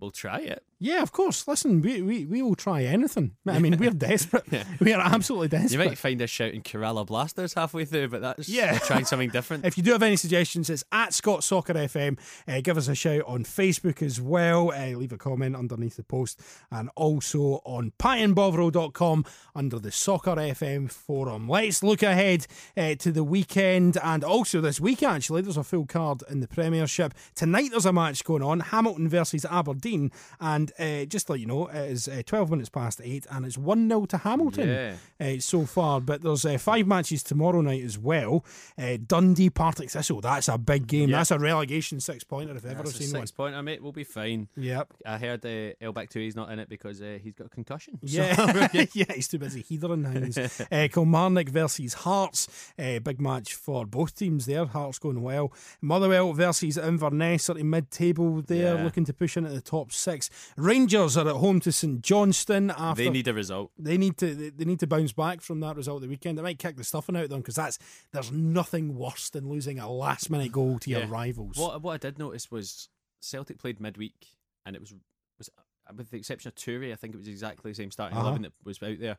we'll try it.
Yeah, of course. Listen, we, we, we will try anything. I mean, we're desperate. We are absolutely
You
desperate.
might find us shouting Kerala Blasters halfway through, but that's
Yeah.
trying something different.
If you do have any suggestions, it's at Scott Soccer FM. Uh, give us a shout on Facebook as well. Uh, leave a comment underneath the post and also on pieandbovril.com under the Soccer FM forum. Let's look ahead uh, to the weekend and also this week, actually. There's a full card in the Premiership. Tonight, there's a match going on Hamilton versus Aberdeen. And uh, just to let you know, it is uh, 12 minutes past 8 and it's 1 0 to Hamilton
Yeah.
uh, so far. But there's uh, five matches tomorrow night as well. Uh, Dundee, Partick Thistle. That's a big game. That's a relegation six pointer if ever I've
that's a
seen one.
six pointer, mate. We'll be fine.
Yep.
I heard uh, El Baktoui's not in it because uh, he's got a concussion. So-
Yeah, yeah, he's too busy heathering hands. uh, Kilmarnock versus Hearts, uh, big match for both teams there. Hearts going well. Motherwell versus Inverness, sort of mid-table there,
Yeah.
looking to push into the top six. Rangers are at home to St Johnston after
They need a result.
They need to they- they need to bounce back from that result the weekend. They might kick the stuffing out of them because that's there's nothing worse than losing a last minute goal to your
Yeah.
rivals.
What what I did notice was Celtic played midweek, and it was was uh, with the exception of Toure, I think it was exactly the same starting
Uh-huh.
eleven that was out there,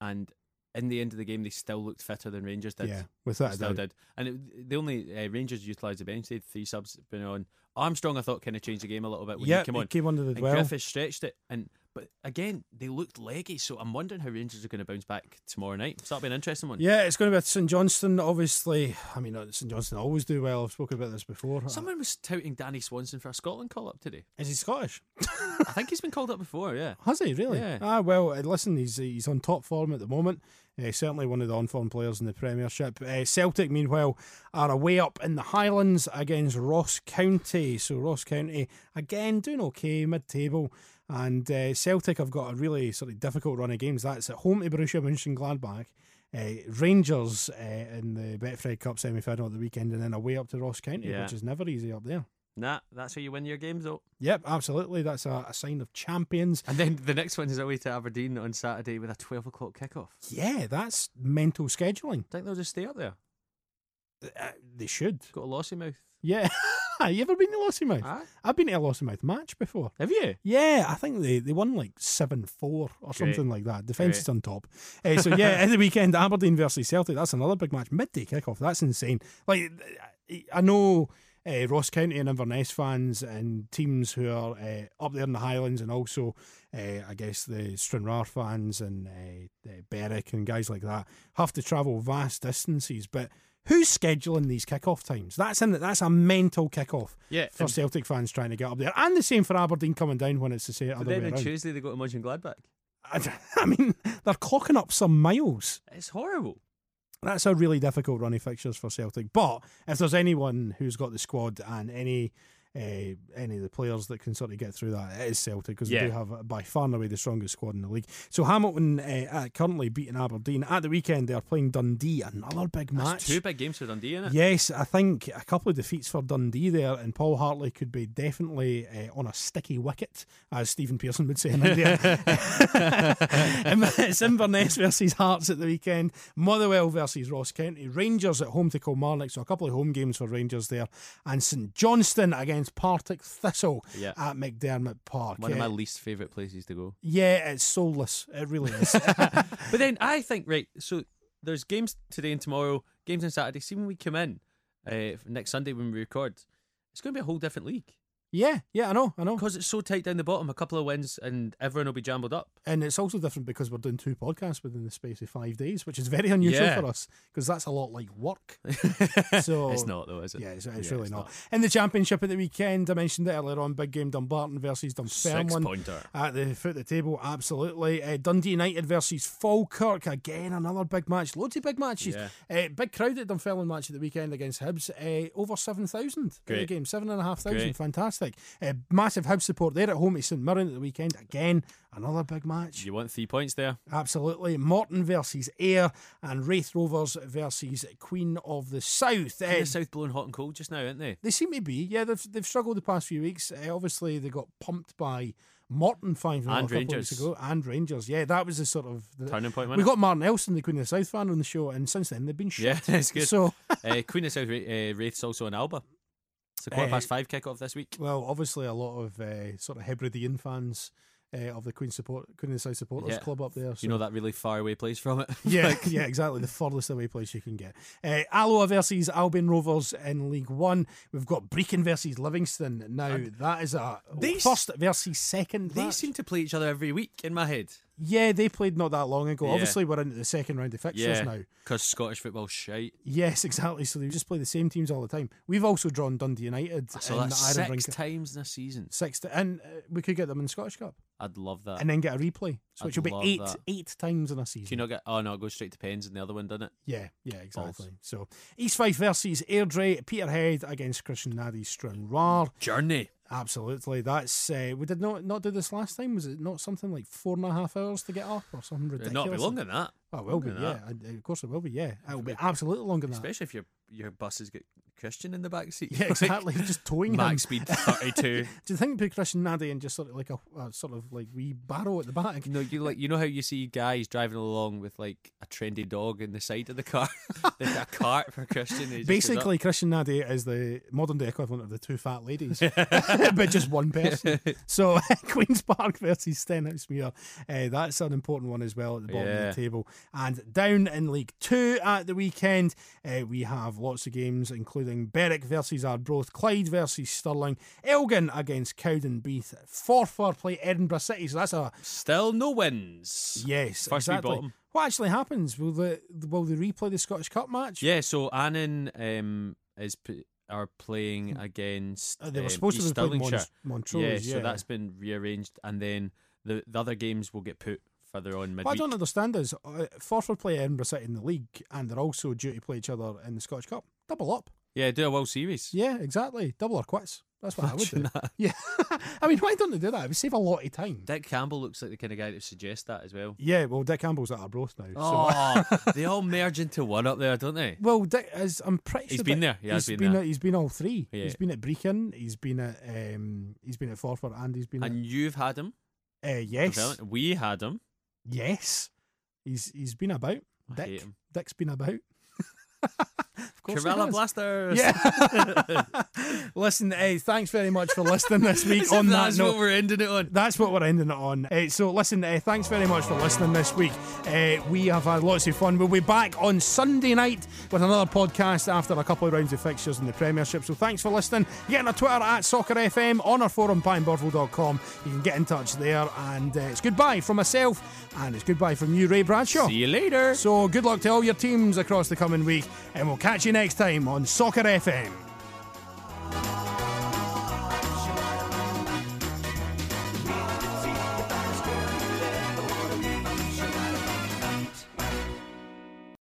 and in the end of the game, they still looked fitter than Rangers did.
yeah, without a
Still
doubt.
did, and it, the only uh, Rangers utilised the bench. They had three subs been on. Armstrong, I thought, kind of changed the game a little bit when
yeah,
he came on.
it came under the
and
dwell.
Griffiths stretched it, and but again, they looked leggy. So I'm wondering how Rangers are going to bounce back tomorrow night. So that'll be an interesting one.
Yeah, it's going to be at St Johnston. Obviously, I mean uh, St Johnston always do well. I've spoken about this before.
Someone was touting Danny Swanson for a Scotland call up today.
Is he Scottish?
I think he's been called up before. Yeah.
Has he really?
Yeah.
Ah, well, uh, listen, he's he's on top form at the moment. Uh, certainly one of the on-form players in the Premiership. Uh, Celtic, meanwhile, are away up in the Highlands against Ross County. So Ross County again doing okay, mid-table. And uh, Celtic have got a really sort of difficult run of games. That's at home to Borussia Mönchengladbach. Uh, Rangers uh, in the Betfred Cup semi-final at the weekend, and then away up to Ross County,
Yeah.
which is never easy up there.
Nah, that's how you win your games, though.
Yep, absolutely. That's a, a sign of champions.
And then the next one is away to Aberdeen on Saturday with a 12 o'clock kickoff.
Yeah, that's mental scheduling.
I think they'll just stay up there.
Uh, they should.
Got a lossy mouth.
Yeah. you ever been to Lossiemouth?
Aye.
I've been to a Lossiemouth match before.
Have you?
Yeah, I think they, they won like 7 4 or something like that. Defence
Great.
is on top. Eh, so, yeah, at the weekend, Aberdeen versus Celtic, that's another big match. Midday kickoff, that's insane. Like, I know uh, Ross County and Inverness fans and teams who are uh, up there in the Highlands, and also, uh, I guess, the Stranraer fans and uh, the Berwick and guys like that have to travel vast distances. But who's scheduling these kickoff times? That's in, that's a mental kickoff
Yeah,
for
and-
Celtic fans trying to get up there, and the same for Aberdeen coming down when it's the same
But
other
then
way
on
around.
Tuesday they go to Mudge and Gladback.
I, I mean, they're clocking up some miles.
It's horrible.
That's a really difficult run of fixtures for Celtic. But if there's anyone who's got the squad and any uh, any of the players that can sort of get through that. It is Celtic because
Yeah.
they do have uh, by far and away the strongest squad in the league. So Hamilton uh, uh, currently beating Aberdeen at the weekend. They are playing Dundee, another big match.
Two big games for Dundee, innit?
Yes, I think a couple of defeats for Dundee there, and Paul Hartley could be definitely uh, on a sticky wicket, as Stephen Pearson would say in India. Um, it's Inverness versus Hearts at the weekend, Motherwell versus Ross County, Rangers at home to Kilmarnock, so a couple of home games for Rangers there, and St Johnston against Partick Thistle
Yeah.
at McDermott Park.
One of
Uh,
my least favourite places to go.
yeah, it's soulless. It really is.
But then I think right, so there's games today and tomorrow, games on Saturday. See when we come in uh, next Sunday when we record, it's going to be a whole different league
yeah, yeah, I know, I know.
because it's so tight down the bottom. A couple of wins and everyone will be jumbled up.
And it's also different because we're doing two podcasts within the space of five days, which is very unusual
Yeah.
for us because that's a lot like work. so
it's not though, is it?
Yeah, it's, it's
Yeah,
really
it's
not.
not.
In the championship at the weekend, I mentioned it earlier on. Big game Dumbarton versus
Six
Dunfermline.
pointer.
At the foot of the table, absolutely. Uh, Dundee United versus Falkirk again, another big match. Loads of big matches.
Yeah.
Uh, big crowd at Dunfermline match at the weekend against Hibs. Uh, over seven thousand at the
Great.
game, seven and a half thousand.
Great.
Fantastic. Uh, massive Hibs support there at home at St Mirren at the weekend again, another big match.
You want three points there?
Absolutely. Morton versus Ayr and Wraith Rovers versus Queen of the South. Uh,
They're South blowing hot and cold just now, aren't they?
they seem to be. Yeah, they've they've struggled the past few weeks. Uh, obviously, they got pumped by Morton five 0 a
And
couple of weeks
Rangers.
ago, and Rangers. Yeah, that was the sort of the,
Turning point,
We
wasn't
got Martin Elson, the Queen of the South fan, on the show, and since then they've been
it?
shit.
Yeah, it's good.
So,
uh, Queen of South Ra- uh, Wraith's also in Alba. It's a quarter
Uh,
past five kickoff this week.
well, obviously, a lot of uh, sort of Hebridean fans. Uh, of the Queen support, Queen of the South supporters
Yeah.
club up there. So.
You know that really far away place from it.
Yeah, yeah, exactly. The furthest away place you can get. Uh, Alloa versus Albion Rovers in League One. We've got Brecon versus Livingston. Now that is a
They s-
first versus second.
they
match.
seem to play each other every week in my head.
yeah, they played not that long ago.
Yeah.
Obviously, we're into the second round of fixtures now.
because Scottish football shite.
Yes, exactly. So they just play the same teams all the time. We've also drawn Dundee United
I saw
in
that
the Iron
six
Rink.
times in a season.
Six to, and uh, we could get them in Scottish Cup
I'd love that.
and then get a replay. So
I'd
it should be
love
eight
that.
eight times in a
Do
season.
you not get? Oh no, it goes straight to Pens and the other one, doesn't it?
Yeah, yeah, exactly. So East Fife versus Airdrie, Peterhead against Christian Nadi Stranraer.
Journey.
Absolutely, that's uh, we did not not do this last time. Was it not something like four and a half hours to get up or something
It'll
ridiculous?
not be longer than that,
Oh, it will be.
than
Yeah, I- of course it will be. Yeah, it will be absolutely longer than that.
especially if your your bus has got Christian in the back seat.
Yeah, exactly. Just towing him.
Max speed thirty two.
Do you think it'd be Christian Nadi and just sort of like a, a sort of like wee barrow at the back?
No, you like you know how you see guys driving along with like a trendy dog in the side of the car. They've got a cart for Christian. that he just goes up.
Basically, Christian Nadi is the modern day equivalent of the two fat ladies, but just one person. So Queens Park versus Stenhousemuir, uh, that's an important one as well at the bottom
Yeah.
of the table. And down in League Two at the weekend, uh, we have lots of games, including Berwick versus Arbroath, Clyde versus Stirling, Elgin against Cowdenbeath, Forfar play Edinburgh City. So that's a
still no wins.
yes,
First wee
exactly.
bottom.
What actually happens? Will the will they replay the Scottish Cup match?
Yeah, so Annan um, is p- are playing against.
Hmm. Uh, They were
um,
supposed
East
to be playing
Stirlingshire.
Mont- Montrose. Yeah,
so that's been rearranged, and then the the other games will get put further on midweek.
What I don't understand is uh, Forfar play Edinburgh City in the league, and they're also due to play each other in the Scottish Cup. Double up.
yeah, do a World Series.
Yeah, exactly. Double or quits. That's what I would do. Yeah, I mean, why don't they do that? It would save a lot of time.
Dick Campbell looks like the kind of guy to suggest that as well.
yeah, well, Dick Campbell's at Arbroath now. So.
Oh, they all merge into one up there, don't they?
Well, Dick is. I'm pretty
He's
sure
been
Dick-
there. He has
he's
been there.
At, he's been all three.
Yeah.
He's been at Brechin. He's been at. Um, he's been at Forfar, and he's been.
And you've had him.
at, uh, yes,
development. We had him.
yes. He's he's been about.
I
Dick.
hate him.
Dick's been about. of course, he
Kerala
has.
Blasters.
Yeah. Listen, hey, thanks very much for listening this week.
As
on
if
that
that's
note,
what we're ending it on.
that's what we're ending it on. Eh, so, listen, eh, thanks very much for listening this week. Eh, we have had lots of fun. We'll be back on Sunday night with another podcast after a couple of rounds of fixtures in the Premiership. So, thanks for listening. Get on our Twitter at SoccerFM, on our forum, pineburville.com. You can get in touch there. And eh, it's goodbye from myself, and it's goodbye from you, Ray Bradshaw.
See you later.
So, good luck to all your teams across the coming week, and we'll catch you next time on Soccer FM.